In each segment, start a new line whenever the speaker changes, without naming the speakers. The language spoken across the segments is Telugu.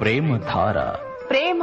ప్రేమధార
ప్రేమ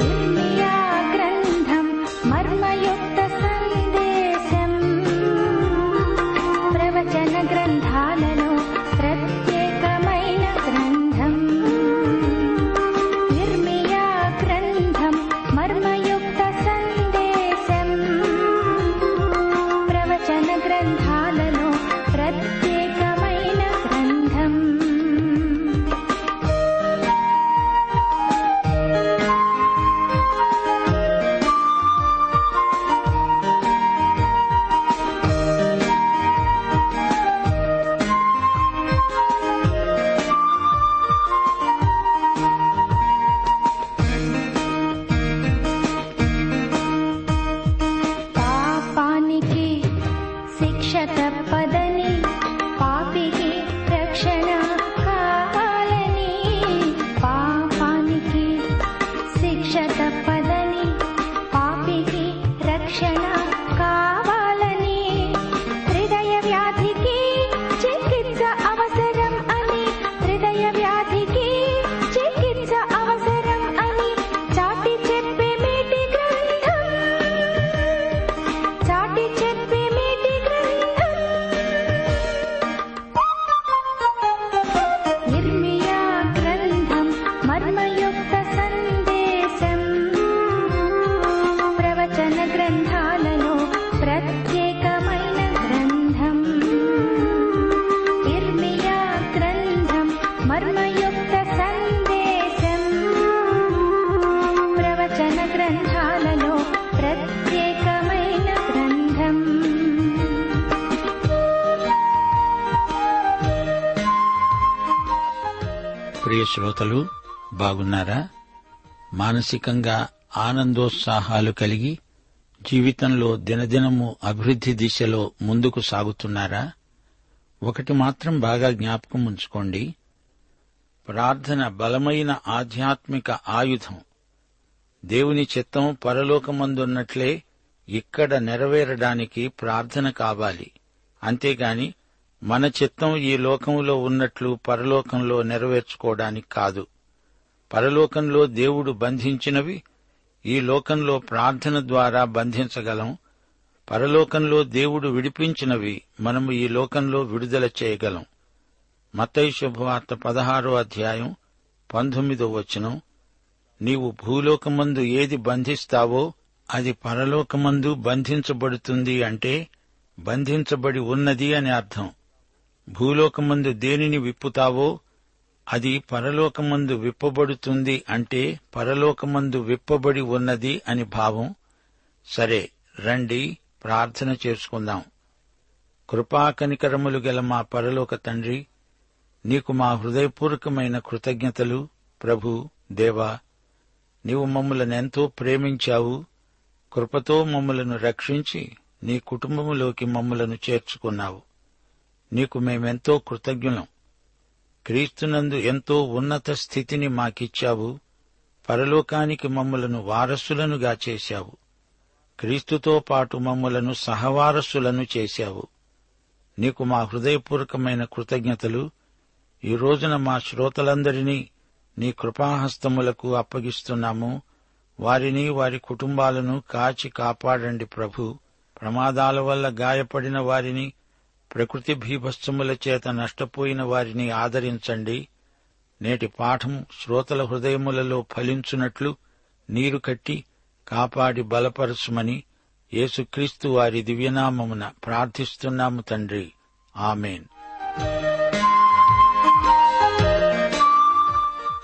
నిర్మియా గ్రంథం మర్మయుక్త సందేశం ప్రవచన గ్రంథాలలో ప్రత్యేకమైన గ్రంథం నిర్మియా గ్రంథం మర్మయుక్త సందేశం ప్రవచన గ్రంథాలలో ప్రత్యేకమైన గ్రంథం పాపానికి శిక్ష తప్పదని పాపికి రక్షణ కావాలని పాపానికి శిక్ష తప్పదని పాపికి రక్షణ కావాలని హృదయ వ్యాధికి చికిత్స అవసరం అని హృదయ వ్యాధికి చికిత్స అవసరం అని చాటి చెప్పే మేటి గ్రంథం చాటి చెప్పే మేటి గ్రంథం నిర్మియా గ్రంథం మర్మయుక్త సందేశం ప్రవచన గ్రంథాలలో ప్రత్యేకమైన గ్రంథం నిర్మియా గ్రంథం మర్మయుక్త సందేశం ప్రవచన గ్రంథాలలో ప్రత్యేకమైన గ్రంథం
ప్రియ శ్రోతలు బాగున్నారా మానసికంగా ఆనందోత్సాహాలు కలిగి జీవితంలో దినదినము అభివృద్ధి దిశలో ముందుకు సాగుతున్నారా ఒకటి మాత్రం బాగా జ్ఞాపకం ఉంచుకోండి ప్రార్థన బలమైన ఆధ్యాత్మిక ఆయుధం దేవుని చిత్తం పరలోకమందున్నట్లే ఇక్కడ నెరవేరడానికి ప్రార్థన కావాలి అంతేగాని మన చిత్తం ఈ లోకంలో ఉన్నట్లు పరలోకంలో నెరవేర్చుకోవడానికి కాదు పరలోకంలో దేవుడు బంధించినవి ఈ లోకంలో ప్రార్థన ద్వారా బంధించగలం పరలోకంలో దేవుడు విడిపించినవి మనము ఈ లోకంలో విడుదల చేయగలం మతయి శుభవార్త పదహారో అధ్యాయం పంతొమ్మిదో వచనం నీవు భూలోకమందు ఏది బంధిస్తావో అది పరలోకమందు బంధించబడుతుంది అంటే బంధించబడి ఉన్నది అని అర్థం భూలోకమందు దేనిని విప్పుతావో అది పరలోకమందు విప్పబడుతుంది అంటే పరలోకమందు విప్పబడి ఉన్నది అని భావం సరే రండి ప్రార్థన చేసుకుందాం కృపాకనికరములు గల మా పరలోక తండ్రి నీకు మా హృదయపూర్వకమైన కృతజ్ఞతలు ప్రభు దేవా నీవు మమ్మలను ఎంతో ప్రేమించావు కృపతో మమ్మలను రక్షించి నీ కుటుంబములోకి మమ్మలను చేర్చుకున్నావు నీకు మేమెంతో కృతజ్ఞులం క్రీస్తునందు ఎంతో ఉన్నత స్థితిని మాకిచ్చావు పరలోకానికి మమ్మలను వారసులనుగా చేశావు క్రీస్తుతో పాటు మమ్మలను సహవారసులను చేశావు నీకు మా హృదయపూర్వకమైన కృతజ్ఞతలు ఈ రోజున మా శ్రోతలందరినీ నీ కృపాహస్తములకు అప్పగిస్తున్నాము వారిని వారి కుటుంబాలను కాచి కాపాడండి ప్రభు ప్రమాదాల వల్ల గాయపడిన వారిని ప్రకృతి భీభత్సముల చేత నష్టపోయిన వారిని ఆదరించండి నేటి పాఠం శ్రోతల హృదయములలో ఫలించునట్లు నీరు కట్టి కాపాడి బలపరచుమని యేసుక్రీస్తు వారి దివ్యనామమున ప్రార్థిస్తున్నాము తండ్రి ఆమెన్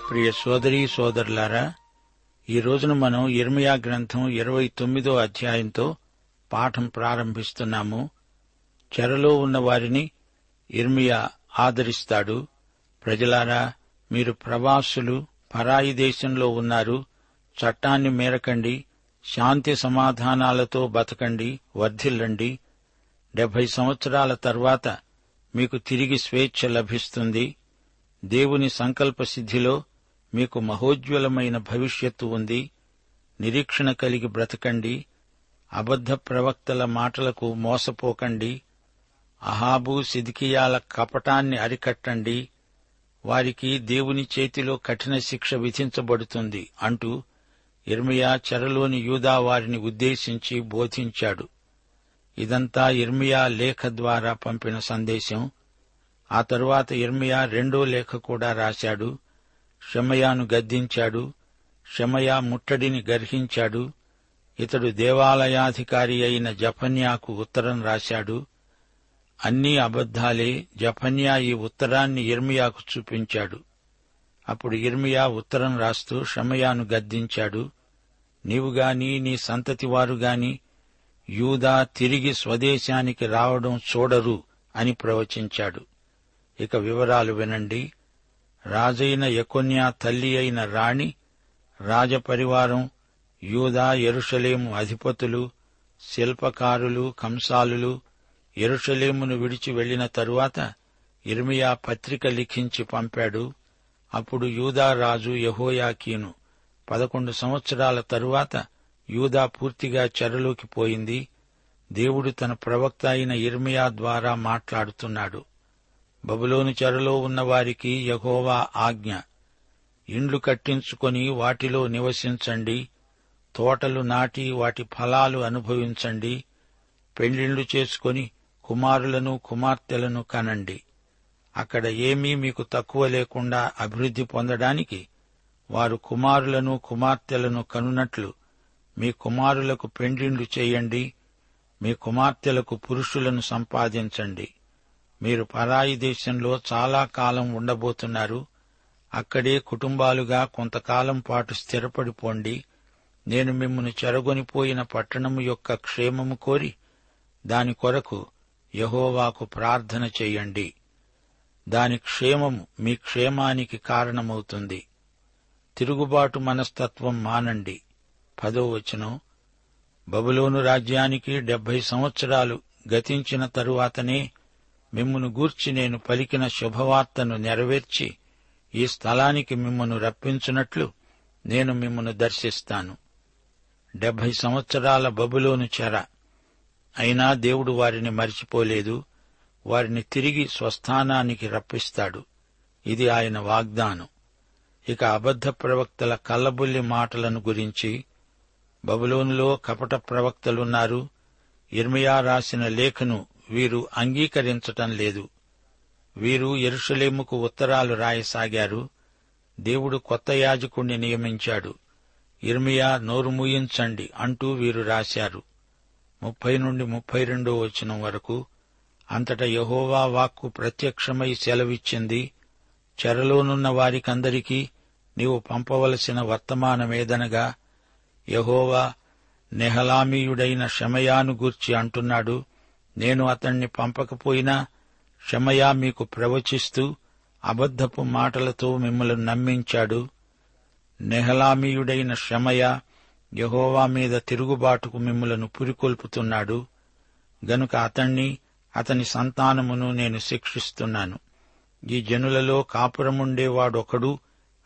ప్రియ సోదరీ సోదరులారా ఈ రోజున మనం ఇర్మియా గ్రంథం ఇరవై తొమ్మిదో అధ్యాయంతో పాఠం ప్రారంభిస్తున్నాము చెరలో ఉన్న వారిని ఇర్మియా ఆదరిస్తాడు ప్రజలారా మీరు ప్రవాసులు పరాయి దేశంలో ఉన్నారు చట్టాన్ని మేరకండి శాంతి సమాధానాలతో బతకండి వర్ధిల్లండి డెబ్బై సంవత్సరాల తర్వాత మీకు తిరిగి స్వేచ్ఛ లభిస్తుంది దేవుని సంకల్ప సిద్ధిలో మీకు మహోజ్వలమైన భవిష్యత్తు ఉంది నిరీక్షణ కలిగి బ్రతకండి అబద్ధ ప్రవక్తల మాటలకు మోసపోకండి అహాబు సిద్కియాల కపటాన్ని అరికట్టండి వారికి దేవుని చేతిలో కఠిన శిక్ష విధించబడుతుంది అంటూ ఇర్మియా చెరలోని యూదా వారిని ఉద్దేశించి బోధించాడు ఇదంతా ఇర్మియా లేఖ ద్వారా పంపిన సందేశం ఆ తరువాత ఇర్మియా రెండో లేఖ కూడా రాశాడు షమయాను గద్దించాడు షమయా ముట్టడిని గర్హించాడు ఇతడు దేవాలయాధికారి అయిన జఫన్యాకు ఉత్తరం రాశాడు అన్ని అబద్ధాలే జఫన్యా ఈ ఉత్తరాన్ని ఇర్మియాకు చూపించాడు అప్పుడు ఇర్మియా ఉత్తరం రాస్తూ షమయాను గద్దించాడు నీవు గాని నీ సంతతి వారు గాని యూదా తిరిగి స్వదేశానికి రావడం చూడరు అని ప్రవచించాడు ఇక వివరాలు వినండి రాజైన యకొన్యా తల్లి అయిన రాణి రాజపరివారం యూదా ఎరుషలేము అధిపతులు శిల్పకారులు కంసాలులు ఎరుషలేమును విడిచి వెళ్లిన తరువాత ఇర్మియా పత్రిక లిఖించి పంపాడు అప్పుడు యూదా రాజు యహోయాకీను పదకొండు సంవత్సరాల తరువాత యూదా పూర్తిగా చెరలోకి పోయింది దేవుడు తన ప్రవక్త అయిన ఇర్మియా ద్వారా మాట్లాడుతున్నాడు బబులోను చెరలో ఉన్న వారికి యహోవా ఆజ్ఞ ఇండ్లు కట్టించుకొని వాటిలో నివసించండి తోటలు నాటి వాటి ఫలాలు అనుభవించండి పెళ్లిళ్లు చేసుకొని కుమారులను కుమార్తెలను కనండి అక్కడ ఏమీ మీకు తక్కువ లేకుండా అభివృద్ధి పొందడానికి వారు కుమారులను కుమార్తెలను కనున్నట్లు మీ కుమారులకు పెండ్లిండ్లు చేయండి మీ కుమార్తెలకు పురుషులను సంపాదించండి మీరు పరాయి దేశంలో చాలా కాలం ఉండబోతున్నారు అక్కడే కుటుంబాలుగా కొంతకాలం పాటు స్థిరపడిపోండి నేను మిమ్మను చెరగొనిపోయిన పట్టణము యొక్క క్షేమము కోరి దాని కొరకు యహోవాకు ప్రార్థన చేయండి దాని క్షేమము మీ క్షేమానికి కారణమవుతుంది తిరుగుబాటు మనస్తత్వం మానండి పదో వచనం బబులోను రాజ్యానికి డెబ్బై సంవత్సరాలు గతించిన తరువాతనే మిమ్మును గూర్చి నేను పలికిన శుభవార్తను నెరవేర్చి ఈ స్థలానికి మిమ్మను రప్పించున్నట్లు నేను మిమ్మను దర్శిస్తాను డెబ్బై సంవత్సరాల బబులోను చెర అయినా దేవుడు వారిని మరిచిపోలేదు వారిని తిరిగి స్వస్థానానికి రప్పిస్తాడు ఇది ఆయన వాగ్దానం ఇక అబద్ధ ప్రవక్తల కల్లబుల్లి మాటలను గురించి బబులోనులో కపట ప్రవక్తలున్నారు ఇర్మియా రాసిన లేఖను వీరు అంగీకరించటం లేదు వీరు ఎరుషలేముకు ఉత్తరాలు రాయసాగారు దేవుడు కొత్త యాజకుణ్ణి నియమించాడు ఇర్మియా నోరు మూయించండి అంటూ వీరు రాశారు ముప్పై నుండి ముప్పై రెండో వచనం వరకు అంతటా యహోవా వాక్కు ప్రత్యక్షమై సెలవిచ్చింది చెరలోనున్న వారికందరికీ నీవు పంపవలసిన వర్తమానమేదనగా యహోవా నెహలామీయుడైన షమయాను గూర్చి అంటున్నాడు నేను అతణ్ణి పంపకపోయినా షమయా మీకు ప్రవచిస్తూ అబద్ధపు మాటలతో మిమ్మల్ని నమ్మించాడు నెహలామీయుడైన షమయ యహోవా మీద తిరుగుబాటుకు మిమ్మలను పురికొల్పుతున్నాడు గనుక అతణ్ణి అతని సంతానమును నేను శిక్షిస్తున్నాను ఈ జనులలో కాపురముండేవాడొకడు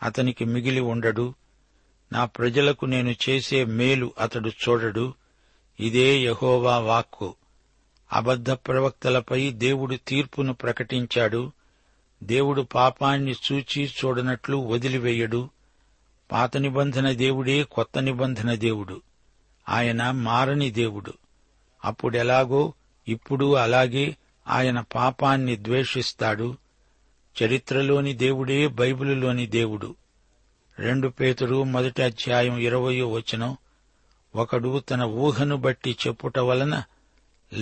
అతనికి మిగిలి ఉండడు నా ప్రజలకు నేను చేసే మేలు అతడు చూడడు ఇదే యహోవా వాక్కు అబద్ధ ప్రవక్తలపై దేవుడు తీర్పును ప్రకటించాడు దేవుడు పాపాన్ని చూచి చూడనట్లు వదిలివేయడు పాత నిబంధన దేవుడే కొత్త నిబంధన దేవుడు ఆయన మారని దేవుడు అప్పుడెలాగో ఇప్పుడు అలాగే ఆయన పాపాన్ని ద్వేషిస్తాడు చరిత్రలోని దేవుడే బైబిలులోని దేవుడు రెండు పేతురు మొదటి అధ్యాయం ఇరవయో వచనం ఒకడు తన ఊహను బట్టి చెప్పుట వలన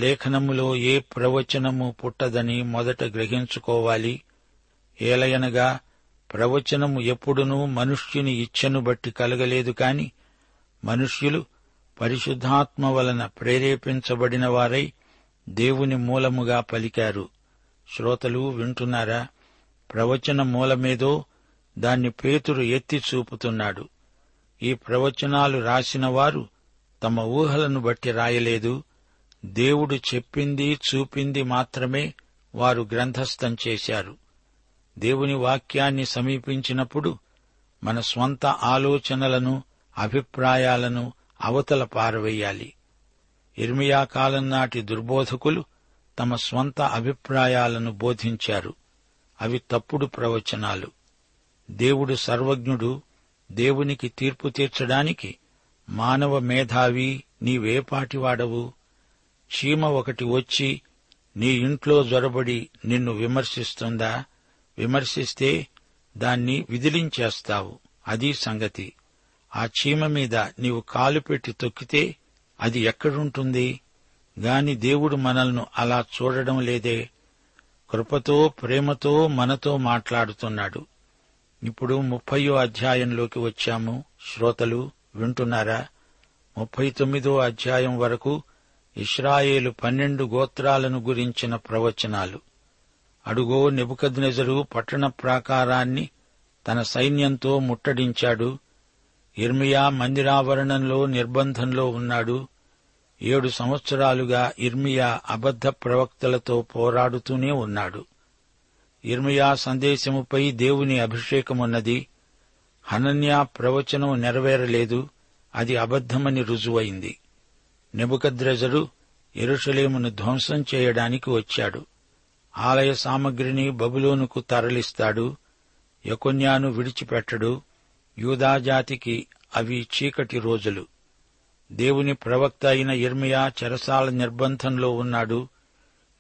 లేఖనములో ఏ ప్రవచనము పుట్టదని మొదట గ్రహించుకోవాలి ఏలయనగా ప్రవచనము ఎప్పుడునూ మనుష్యుని ఇచ్ఛను బట్టి కలగలేదు కాని మనుష్యులు పరిశుద్ధాత్మ వలన ప్రేరేపించబడిన వారై దేవుని మూలముగా పలికారు శ్రోతలు వింటున్నారా ప్రవచన మూలమేదో దాన్ని పేతురు ఎత్తి చూపుతున్నాడు ఈ ప్రవచనాలు రాసిన వారు తమ ఊహలను బట్టి రాయలేదు దేవుడు చెప్పింది చూపింది మాత్రమే వారు గ్రంథస్థం చేశారు దేవుని వాక్యాన్ని సమీపించినప్పుడు మన స్వంత ఆలోచనలను అభిప్రాయాలను అవతల పారవేయాలి ఇర్మియా కాలం నాటి దుర్బోధకులు తమ స్వంత అభిప్రాయాలను బోధించారు అవి తప్పుడు ప్రవచనాలు దేవుడు సర్వజ్ఞుడు దేవునికి తీర్పు తీర్చడానికి మానవ మేధావి నీవేపాటివాడవు చీమ ఒకటి వచ్చి నీ ఇంట్లో జొరబడి నిన్ను విమర్శిస్తుందా విమర్శిస్తే దాన్ని విదిలించేస్తావు అది సంగతి ఆ చీమ మీద నీవు కాలు పెట్టి తొక్కితే అది ఎక్కడుంటుంది గాని దేవుడు మనల్ని అలా చూడడం లేదే కృపతో ప్రేమతో మనతో మాట్లాడుతున్నాడు ఇప్పుడు ముప్పయో అధ్యాయంలోకి వచ్చాము శ్రోతలు వింటున్నారా ముప్పై తొమ్మిదో అధ్యాయం వరకు ఇస్రాయేలు పన్నెండు గోత్రాలను గురించిన ప్రవచనాలు అడుగో నెబుకద్నెజరు పట్టణ ప్రాకారాన్ని తన సైన్యంతో ముట్టడించాడు ఇర్మియా మందిరావరణంలో నిర్బంధంలో ఉన్నాడు ఏడు సంవత్సరాలుగా ఇర్మియా అబద్ధ ప్రవక్తలతో పోరాడుతూనే ఉన్నాడు ఇర్మియా సందేశముపై దేవుని అభిషేకమున్నది హనన్యా ప్రవచనం నెరవేరలేదు అది అబద్ధమని రుజువైంది నెబుకద్రెజరు ఎరుషలేమును ధ్వంసం చేయడానికి వచ్చాడు ఆలయ సామగ్రిని బబులోనుకు తరలిస్తాడు యకొన్యాను విడిచిపెట్టడు యూదాజాతికి అవి చీకటి రోజులు దేవుని ప్రవక్త అయిన ఇర్మియా చెరసాల నిర్బంధంలో ఉన్నాడు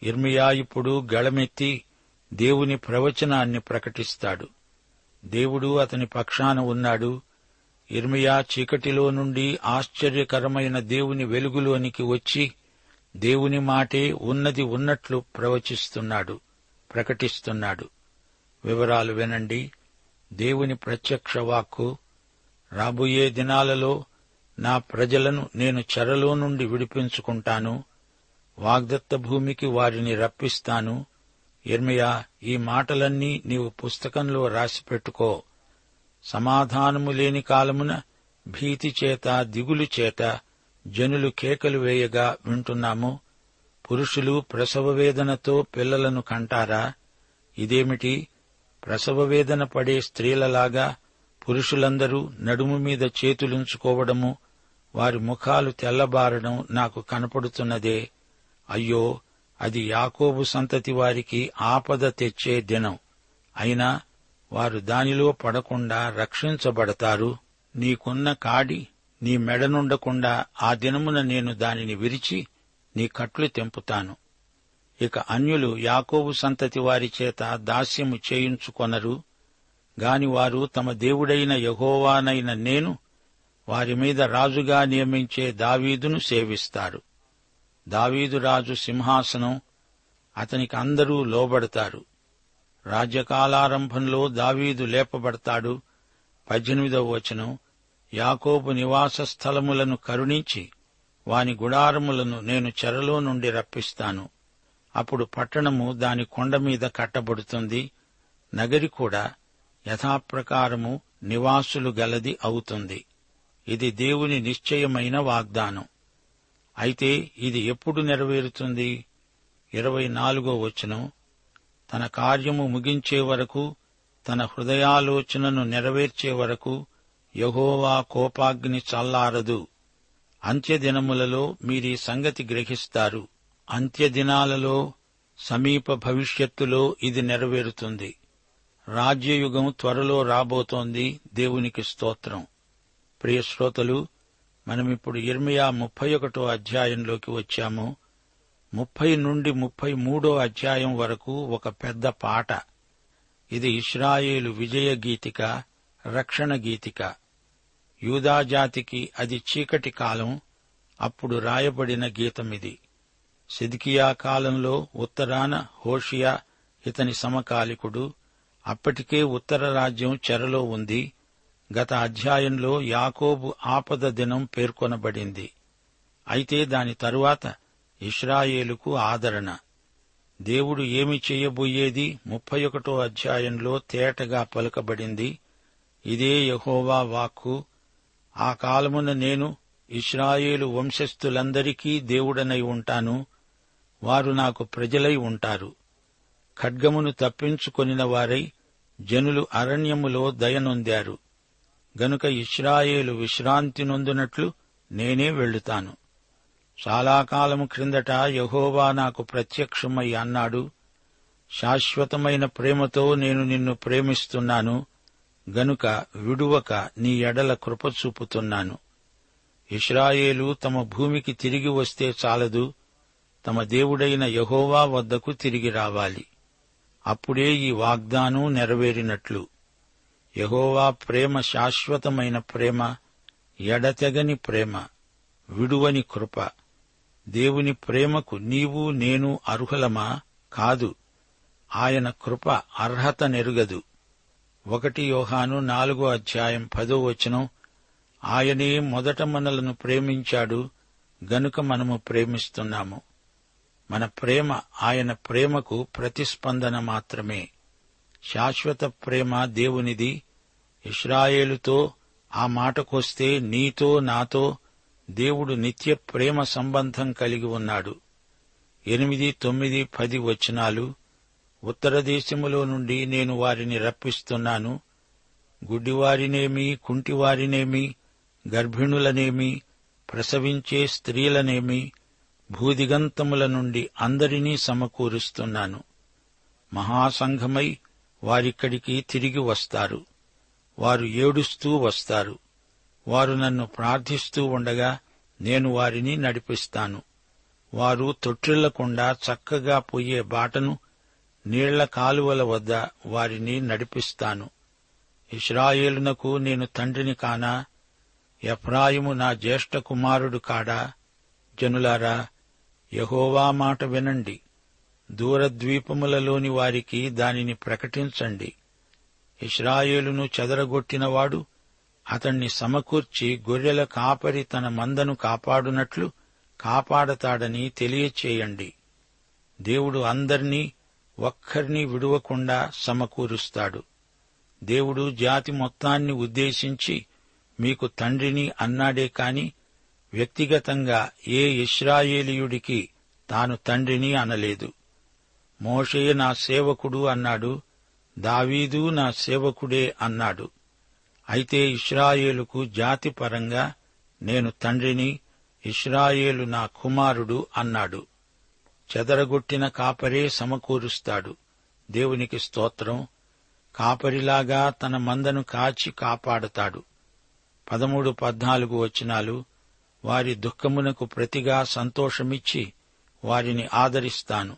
ఇర్మియా ఇప్పుడు గళమెత్తి దేవుని ప్రవచనాన్ని ప్రకటిస్తాడు దేవుడు అతని పక్షాన ఉన్నాడు ఇర్మియా చీకటిలో నుండి ఆశ్చర్యకరమైన దేవుని వెలుగులోనికి వచ్చి దేవుని మాటే ఉన్నది ఉన్నట్లు ప్రవచిస్తున్నాడు ప్రకటిస్తున్నాడు వివరాలు వినండి దేవుని ప్రత్యక్ష వాక్కు రాబోయే దినాలలో నా ప్రజలను నేను చెరలో నుండి విడిపించుకుంటాను వాగ్దత్త భూమికి వారిని రప్పిస్తాను ఇర్మియా ఈ మాటలన్నీ నీవు పుస్తకంలో రాసిపెట్టుకో సమాధానము లేని కాలమున భీతి చేత దిగులు చేత జనులు కేకలు వేయగా వింటున్నాము పురుషులు ప్రసవ వేదనతో పిల్లలను కంటారా ఇదేమిటి ప్రసవ వేదన పడే స్త్రీలలాగా పురుషులందరూ నడుము మీద చేతులుంచుకోవడము వారి ముఖాలు తెల్లబారడం నాకు కనపడుతున్నదే అయ్యో అది యాకోబు సంతతి వారికి ఆపద తెచ్చే దినం అయినా వారు దానిలో పడకుండా రక్షించబడతారు నీకున్న కాడి నీ మెడనుండకుండా ఆ దినమున నేను దానిని విరిచి నీ కట్లు తెంపుతాను ఇక అన్యులు యాకోబు సంతతి వారి చేత దాస్యము చేయించుకొనరు గాని వారు తమ దేవుడైన యహోవానైన నేను వారి మీద రాజుగా నియమించే దావీదును సేవిస్తారు దావీదు రాజు సింహాసనం అతనికి అందరూ లోబడతారు రాజ్యకాలారంభంలో దావీదు లేపబడతాడు పద్దెనిమిదవ వచనం యాకోబు నివాస స్థలములను కరుణించి వాని గుడారములను నేను చెరలో నుండి రప్పిస్తాను అప్పుడు పట్టణము దాని కొండ మీద కట్టబడుతుంది నగరి కూడా యథాప్రకారము నివాసులు గలది అవుతుంది ఇది దేవుని నిశ్చయమైన వాగ్దానం అయితే ఇది ఎప్పుడు నెరవేరుతుంది ఇరవై నాలుగో వచనం తన కార్యము ముగించే వరకు తన హృదయాలోచనను నెరవేర్చే వరకు యహోవా కోపాగ్ని చల్లారదు అంత్యదినములలో మీరీ సంగతి గ్రహిస్తారు అంత్యదినాలలో సమీప భవిష్యత్తులో ఇది నెరవేరుతుంది రాజ్యయుగం త్వరలో రాబోతోంది దేవునికి స్తోత్రం ప్రియ శ్రోతలు మనమిప్పుడు ఇర్మియా ముప్పై ఒకటో అధ్యాయంలోకి వచ్చాము ముప్పై నుండి ముప్పై మూడో అధ్యాయం వరకు ఒక పెద్ద పాట ఇది ఇస్రాయేలు విజయ గీతిక రక్షణ గీతిక యూదాజాతికి అది చీకటి కాలం అప్పుడు రాయబడిన గీతమిది సిద్కియా కాలంలో ఉత్తరాన హోషియా ఇతని సమకాలికుడు అప్పటికే ఉత్తర రాజ్యం చెరలో ఉంది గత అధ్యాయంలో యాకోబు ఆపద దినం పేర్కొనబడింది అయితే దాని తరువాత ఇస్రాయేలుకు ఆదరణ దేవుడు ఏమి చేయబోయేది ముప్పై ఒకటో అధ్యాయంలో తేటగా పలుకబడింది ఇదే యహోవా వాక్కు ఆ కాలమున నేను ఇస్రాయేలు వంశస్థులందరికీ దేవుడనై ఉంటాను వారు నాకు ప్రజలై ఉంటారు ఖడ్గమును తప్పించుకొనిన వారై జనులు అరణ్యములో దయనొందారు గనుక ఇస్రాయేలు విశ్రాంతి నొందునట్లు నేనే వెళ్ళుతాను చాలా కాలము క్రిందట యహోవా నాకు ప్రత్యక్షమై అన్నాడు శాశ్వతమైన ప్రేమతో నేను నిన్ను ప్రేమిస్తున్నాను గనుక విడువక నీ ఎడల కృప చూపుతున్నాను ఇస్రాయేలు తమ భూమికి తిరిగి వస్తే చాలదు తమ దేవుడైన యహోవా వద్దకు తిరిగి రావాలి అప్పుడే ఈ వాగ్దానం నెరవేరినట్లు యహోవా ప్రేమ శాశ్వతమైన ప్రేమ ఎడతెగని ప్రేమ విడువని కృప దేవుని ప్రేమకు నీవు నేను అర్హులమా కాదు ఆయన కృప అర్హత నెరుగదు ఒకటి యోహాను నాలుగో అధ్యాయం పదో వచనం ఆయనే మొదట మనలను ప్రేమించాడు గనుక మనము ప్రేమిస్తున్నాము మన ప్రేమ ఆయన ప్రేమకు ప్రతిస్పందన మాత్రమే శాశ్వత ప్రేమ దేవునిది ఇస్రాయేలుతో ఆ మాటకొస్తే నీతో నాతో దేవుడు నిత్య ప్రేమ సంబంధం కలిగి ఉన్నాడు ఎనిమిది తొమ్మిది పది వచనాలు ఉత్తర దేశములో నుండి నేను వారిని రప్పిస్తున్నాను గుడ్డివారినేమి కుంటివారినేమి గర్భిణులనేమి ప్రసవించే స్త్రీలనేమి భూదిగంతముల నుండి అందరినీ సమకూరుస్తున్నాను మహాసంఘమై వారిక్కడికి తిరిగి వస్తారు వారు ఏడుస్తూ వస్తారు వారు నన్ను ప్రార్థిస్తూ ఉండగా నేను వారిని నడిపిస్తాను వారు తొట్టిల్లకుండా చక్కగా పొయ్యే బాటను నీళ్ల కాలువల వద్ద వారిని నడిపిస్తాను ఇస్రాయేలునకు నేను తండ్రిని కానా ఎఫ్రాయిము నా జ్యేష్ఠ కుమారుడు కాడా జనులారా యహోవా మాట వినండి దూరద్వీపములలోని వారికి దానిని ప్రకటించండి ఇస్రాయేలును చెదరగొట్టినవాడు అతణ్ణి సమకూర్చి గొర్రెల కాపరి తన మందను కాపాడునట్లు కాపాడతాడని తెలియచేయండి దేవుడు అందర్నీ ఒక్కరిని విడువకుండా సమకూరుస్తాడు దేవుడు జాతి మొత్తాన్ని ఉద్దేశించి మీకు తండ్రిని అన్నాడే కాని వ్యక్తిగతంగా ఏ ఇస్రాయేలీయుడికి తాను తండ్రిని అనలేదు మోషే నా సేవకుడు అన్నాడు దావీదు నా సేవకుడే అన్నాడు అయితే ఇస్రాయేలుకు జాతి పరంగా నేను తండ్రిని ఇస్రాయేలు నా కుమారుడు అన్నాడు చెదరగొట్టిన కాపరే సమకూరుస్తాడు దేవునికి స్తోత్రం కాపరిలాగా తన మందను కాచి కాపాడతాడు పదమూడు పద్నాలుగు వచనాలు వారి దుఃఖమునకు ప్రతిగా సంతోషమిచ్చి వారిని ఆదరిస్తాను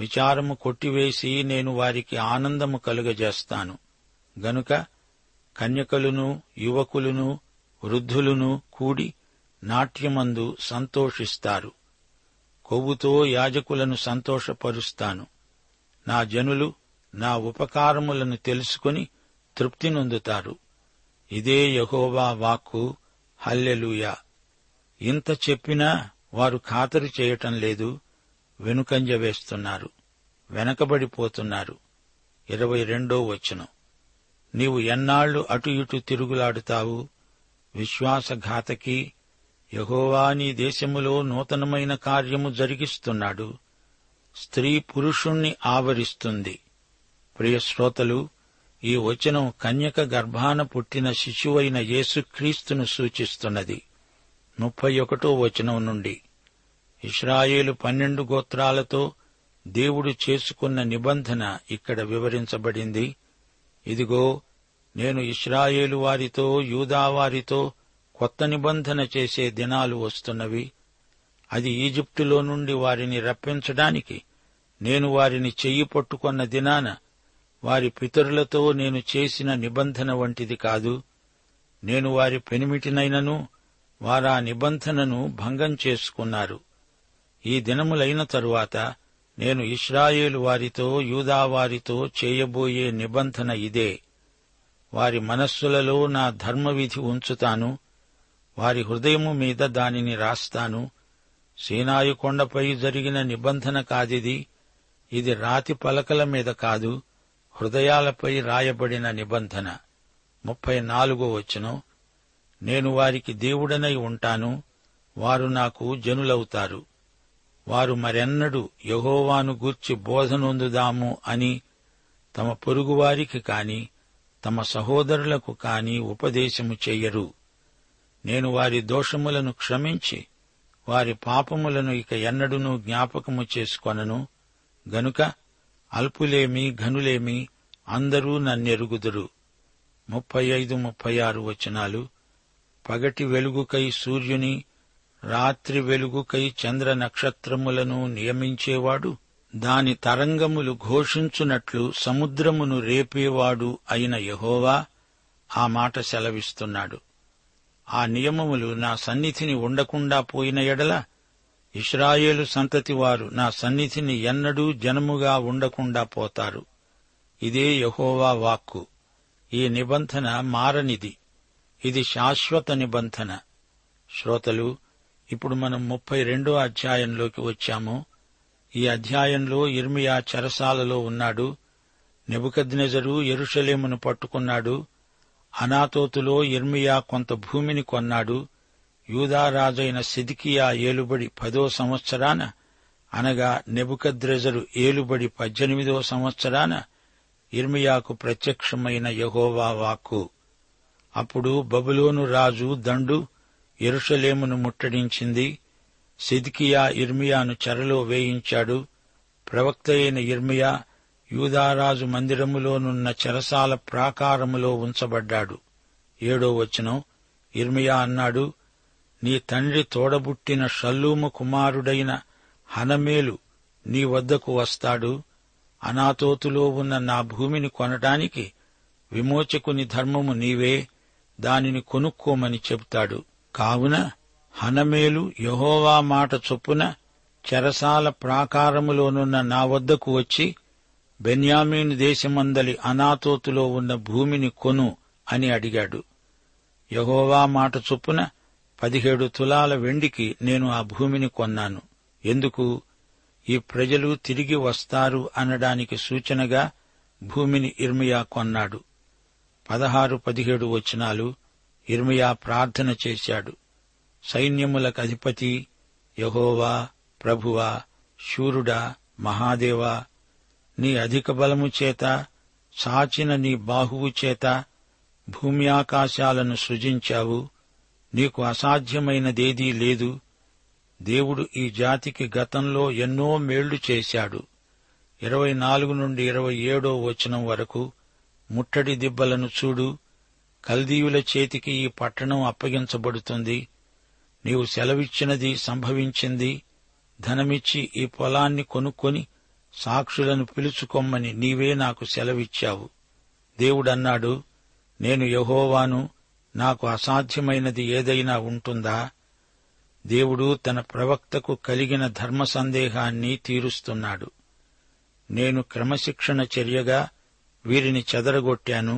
విచారము కొట్టివేసి నేను వారికి ఆనందము కలుగజేస్తాను గనుక కన్యకలును యువకులును వృద్ధులును కూడి నాట్యమందు సంతోషిస్తారు కొవ్వుతో యాజకులను సంతోషపరుస్తాను నా జనులు నా ఉపకారములను తెలుసుకుని తృప్తి నొందుతారు ఇదే యహోవా వాక్కు హల్లెలూయా ఇంత చెప్పినా వారు ఖాతరు చేయటం లేదు వెనుకంజ వేస్తున్నారు వెనకబడిపోతున్నారు ఇరవై రెండో వచనం నీవు ఎన్నాళ్లు అటు ఇటు తిరుగులాడుతావు విశ్వాసఘాతకి యహోవా నీ దేశములో నూతనమైన కార్యము జరిగిస్తున్నాడు స్త్రీ పురుషుణ్ణి ఆవరిస్తుంది ప్రియ శ్రోతలు ఈ వచనం కన్యక గర్భాన పుట్టిన శిశువైన యేసుక్రీస్తును సూచిస్తున్నది ముప్పై ఒకటో వచనం నుండి ఇస్రాయేలు పన్నెండు గోత్రాలతో దేవుడు చేసుకున్న నిబంధన ఇక్కడ వివరించబడింది ఇదిగో నేను ఇస్రాయేలు వారితో యూదా వారితో కొత్త నిబంధన చేసే దినాలు వస్తున్నవి అది ఈజిప్టులో నుండి వారిని రప్పించడానికి నేను వారిని చెయ్యి పట్టుకొన్న దినాన వారి పితరులతో నేను చేసిన నిబంధన వంటిది కాదు నేను వారి పెనిమిటినైనను వారా నిబంధనను భంగం చేసుకున్నారు ఈ దినములైన తరువాత నేను ఇస్రాయేలు వారితో యూదా వారితో చేయబోయే నిబంధన ఇదే వారి మనస్సులలో నా ధర్మవిధి ఉంచుతాను వారి హృదయము మీద దానిని రాస్తాను సీనాయి కొండపై జరిగిన నిబంధన కాదిది ఇది రాతి పలకల మీద కాదు హృదయాలపై రాయబడిన నిబంధన ముప్పై నాలుగో వచనం నేను వారికి దేవుడనై ఉంటాను వారు నాకు జనులవుతారు వారు మరెన్నడూ యహోవాను గూర్చి బోధనొందుదాము అని తమ పొరుగువారికి కాని తమ సహోదరులకు కాని ఉపదేశము చెయ్యరు నేను వారి దోషములను క్షమించి వారి పాపములను ఇక ఎన్నడూనూ జ్ఞాపకము చేసుకొనను గనుక అల్పులేమి ఘనులేమి అందరూ నన్నెరుగుదురు ముప్పై ఐదు ముప్పై ఆరు వచనాలు పగటి వెలుగుకై సూర్యుని రాత్రి వెలుగుకై చంద్ర నక్షత్రములను నియమించేవాడు దాని తరంగములు ఘోషించునట్లు సముద్రమును రేపేవాడు అయిన యహోవా ఆ మాట సెలవిస్తున్నాడు ఆ నియమములు నా సన్నిధిని ఉండకుండా పోయిన ఎడల ఇస్రాయేలు సంతతి వారు నా సన్నిధిని ఎన్నడూ జనముగా ఉండకుండా పోతారు ఇదే యహోవా వాక్కు ఈ నిబంధన మారనిది ఇది శాశ్వత నిబంధన శ్రోతలు ఇప్పుడు మనం ముప్పై రెండో అధ్యాయంలోకి వచ్చాము ఈ అధ్యాయంలో ఇర్మియా చెరసాలలో ఉన్నాడు నెబుకద్నెజరు ఎరుషలేమును పట్టుకున్నాడు అనాతోతులో ఇర్మియా కొంత భూమిని కొన్నాడు యూదారాజైన సిదికియా ఏలుబడి పదో సంవత్సరాన అనగా నెబుకద్రెజరు ఏలుబడి పద్దెనిమిదో సంవత్సరాన ఇర్మియాకు ప్రత్యక్షమైన యెహోవా వాక్కు అప్పుడు బబులోను రాజు దండు ఎరుషలేమును ముట్టడించింది సిద్కియా ఇర్మియాను చెరలో వేయించాడు ప్రవక్త అయిన ఇర్మియా యూదారాజు మందిరములోనున్న చెరసాల ప్రాకారములో ఉంచబడ్డాడు ఏడో వచనం ఇర్మియా అన్నాడు నీ తండ్రి తోడబుట్టిన షల్లూము కుమారుడైన హనమేలు నీ వద్దకు వస్తాడు అనాతోతులో ఉన్న నా భూమిని కొనటానికి విమోచకుని ధర్మము నీవే దానిని కొనుక్కోమని చెబుతాడు కావున హనమేలు యహోవా మాట చొప్పున చెరసాల ప్రాకారములోనున్న నా వద్దకు వచ్చి బెన్యామీను దేశమందలి అనాతోతులో ఉన్న భూమిని కొను అని అడిగాడు యహోవా మాట చొప్పున పదిహేడు తులాల వెండికి నేను ఆ భూమిని కొన్నాను ఎందుకు ఈ ప్రజలు తిరిగి వస్తారు అనడానికి సూచనగా భూమిని ఇర్మియా కొన్నాడు పదహారు పదిహేడు వచనాలు ఇర్మియా ప్రార్థన చేశాడు సైన్యములకు అధిపతి యహోవా ప్రభువా శూరుడా మహాదేవా నీ అధిక బలము చేత సాచిన నీ బాహువు చేత భూమి ఆకాశాలను సృజించావు నీకు అసాధ్యమైనదేదీ లేదు దేవుడు ఈ జాతికి గతంలో ఎన్నో మేళ్లు చేశాడు ఇరవై నాలుగు నుండి ఇరవై ఏడో వచనం వరకు ముట్టడి దిబ్బలను చూడు కల్దీయుల చేతికి ఈ పట్టణం అప్పగించబడుతుంది నీవు సెలవిచ్చినది సంభవించింది ధనమిచ్చి ఈ పొలాన్ని కొనుక్కొని సాక్షులను పిలుచుకొమ్మని నీవే నాకు సెలవిచ్చావు దేవుడన్నాడు నేను యహోవాను నాకు అసాధ్యమైనది ఏదైనా ఉంటుందా దేవుడు తన ప్రవక్తకు కలిగిన ధర్మ సందేహాన్ని తీరుస్తున్నాడు నేను క్రమశిక్షణ చర్యగా వీరిని చెదరగొట్టాను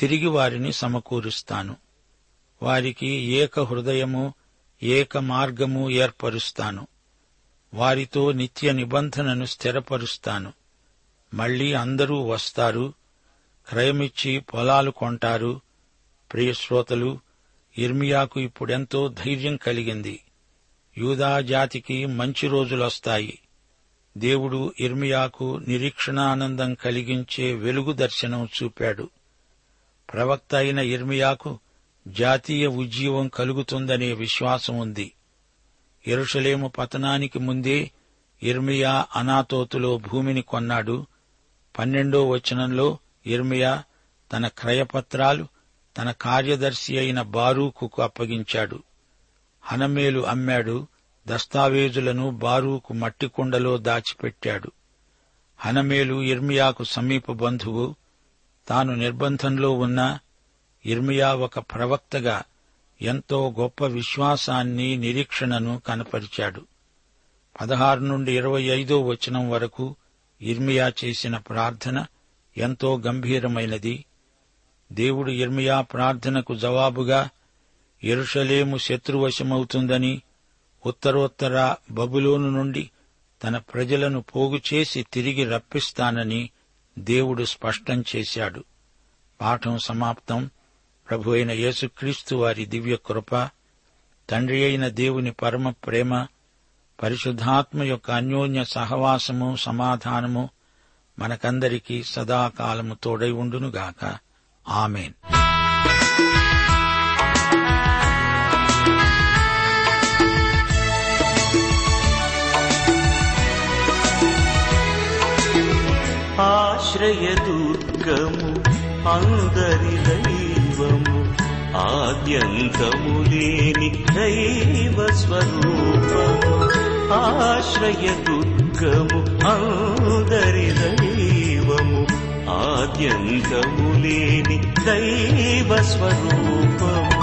తిరిగి వారిని సమకూరుస్తాను వారికి ఏక హృదయము ఏక మార్గము ఏర్పరుస్తాను వారితో నిత్య నిబంధనను స్థిరపరుస్తాను మళ్ళీ అందరూ వస్తారు క్రయమిచ్చి పొలాలు కొంటారు ప్రియశ్రోతలు ఇర్మియాకు ఇప్పుడెంతో ధైర్యం కలిగింది యూదా జాతికి మంచి రోజులొస్తాయి దేవుడు ఇర్మియాకు నిరీక్షణానందం కలిగించే వెలుగు దర్శనం చూపాడు ప్రవక్త అయిన ఇర్మియాకు జాతీయ ఉజ్జీవం కలుగుతుందనే విశ్వాసం ఉంది ఎరుషలేము పతనానికి ముందే ఇర్మియా అనాతోతులో భూమిని కొన్నాడు పన్నెండో వచనంలో ఇర్మియా తన క్రయపత్రాలు తన కార్యదర్శి అయిన బారూకుకు అప్పగించాడు హనమేలు అమ్మాడు దస్తావేజులను బారూకు మట్టికుండలో దాచిపెట్టాడు హనమేలు ఇర్మియాకు సమీప బంధువు తాను నిర్బంధంలో ఉన్నా ఇర్మియా ఒక ప్రవక్తగా ఎంతో గొప్ప విశ్వాసాన్ని నిరీక్షణను కనపరిచాడు పదహారు నుండి ఇరవై ఐదో వచనం వరకు ఇర్మియా చేసిన ప్రార్థన ఎంతో గంభీరమైనది దేవుడు ఇర్మియా ప్రార్థనకు జవాబుగా ఎరుషలేము శత్రువశమవుతుందని ఉత్తరోత్తర బబులోను నుండి తన ప్రజలను పోగు చేసి తిరిగి రప్పిస్తానని దేవుడు స్పష్టం చేశాడు పాఠం సమాప్తం ప్రభు అయిన యేసుక్రీస్తు వారి దివ్య కృప తండ్రి అయిన దేవుని పరమ ప్రేమ పరిశుద్ధాత్మ యొక్క అన్యోన్య సహవాసము సమాధానము మనకందరికీ సదాకాలము తోడై ఉండునుగాక ఆమెన్
ఆశ్రయదుర్గము అందరి దైవము ఆద్యంతము లేని దైవ స్వరూపము ఆశ్రయదుర్గము అందరి దైవము ఆద్యంతము లేని దైవ స్వరూపము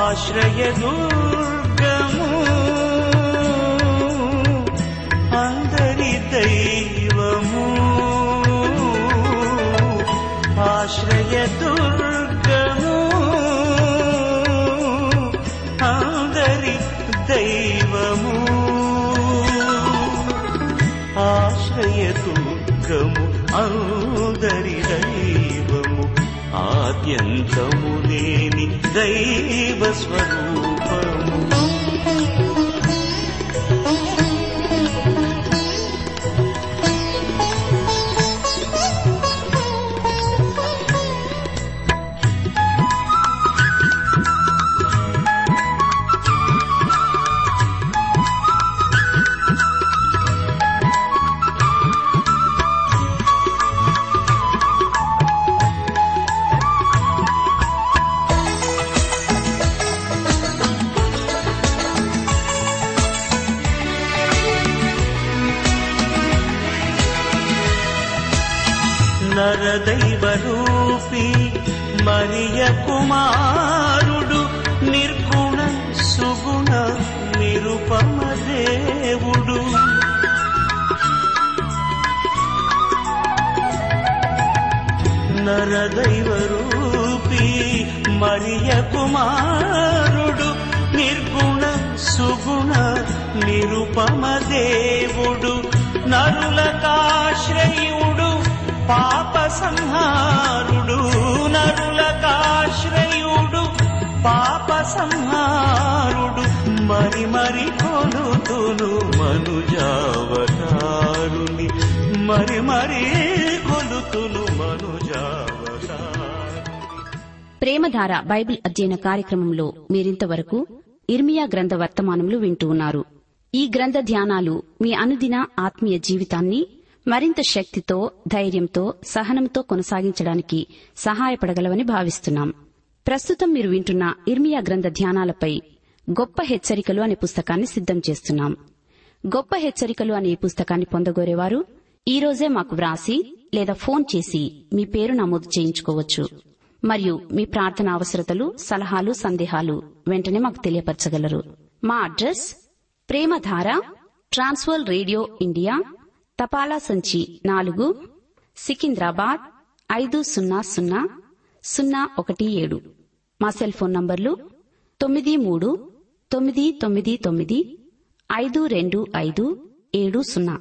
ఆశ్రయదుర్గము అందరి దైవము ఆశ్రయ దుర్గము అందరి దైవము ఆశ్రయ దుర్గము అందరి దైవము ఆద్యంతము లేని దైవ స్వరూపము నరదైవరూపి మరియ కుమారుడు నిర్గుణ సుగుణ నిరుపమ దేవుడు నరదైవరూపి మరియ కుమారుడు నిర్గుణ సుగుణ నిరుపమ దేవుడు నరులకాశ్రయుడు పాప సంహారుడు నరులకాశ్రయుడు పాప సంహారుడు మరి మరి కొలుతును మనుజావతారుని మరి మరి కొలుతును మనుజావతారు
ప్రేమధార బైబిల్ అధ్యయన కార్యక్రమంలో మీరింతవరకు ఇర్మియా గ్రంథ వర్తమానములు వింటూ ఉన్నారు ఈ గ్రంథ ధ్యానాలు మీ అనుదిన ఆత్మీయ జీవితాన్ని మరింత శక్తితో ధైర్యంతో సహనంతో కొనసాగించడానికి సహాయపడగలవని భావిస్తున్నాం ప్రస్తుతం మీరు వింటున్న ఇర్మియా గ్రంథ ధ్యానాలపై గొప్ప హెచ్చరికలు అనే పుస్తకాన్ని సిద్ధం చేస్తున్నాం గొప్ప హెచ్చరికలు అనే ఈ పుస్తకాన్ని పొందగోరేవారు ఈ రోజే మాకు వ్రాసి లేదా ఫోన్ చేసి మీ పేరు నమోదు చేయించుకోవచ్చు మరియు మీ ప్రార్థన అవసరతలు సలహాలు సందేహాలు వెంటనే మాకు తెలియపరచగలరు మా అడ్రస్ ప్రేమధార ట్రాన్స్వర్ రేడియో ఇండియా తపాలా సంచి నాలుగు సికింద్రాబాద్ ఐదు సున్నా సున్నా సున్నా ఒకటి ఏడు మా సెల్ ఫోన్ నంబర్లు తొమ్మిది మూడు తొమ్మిది తొమ్మిది తొమ్మిది ఐదు రెండు ఐదు ఏడు సున్నా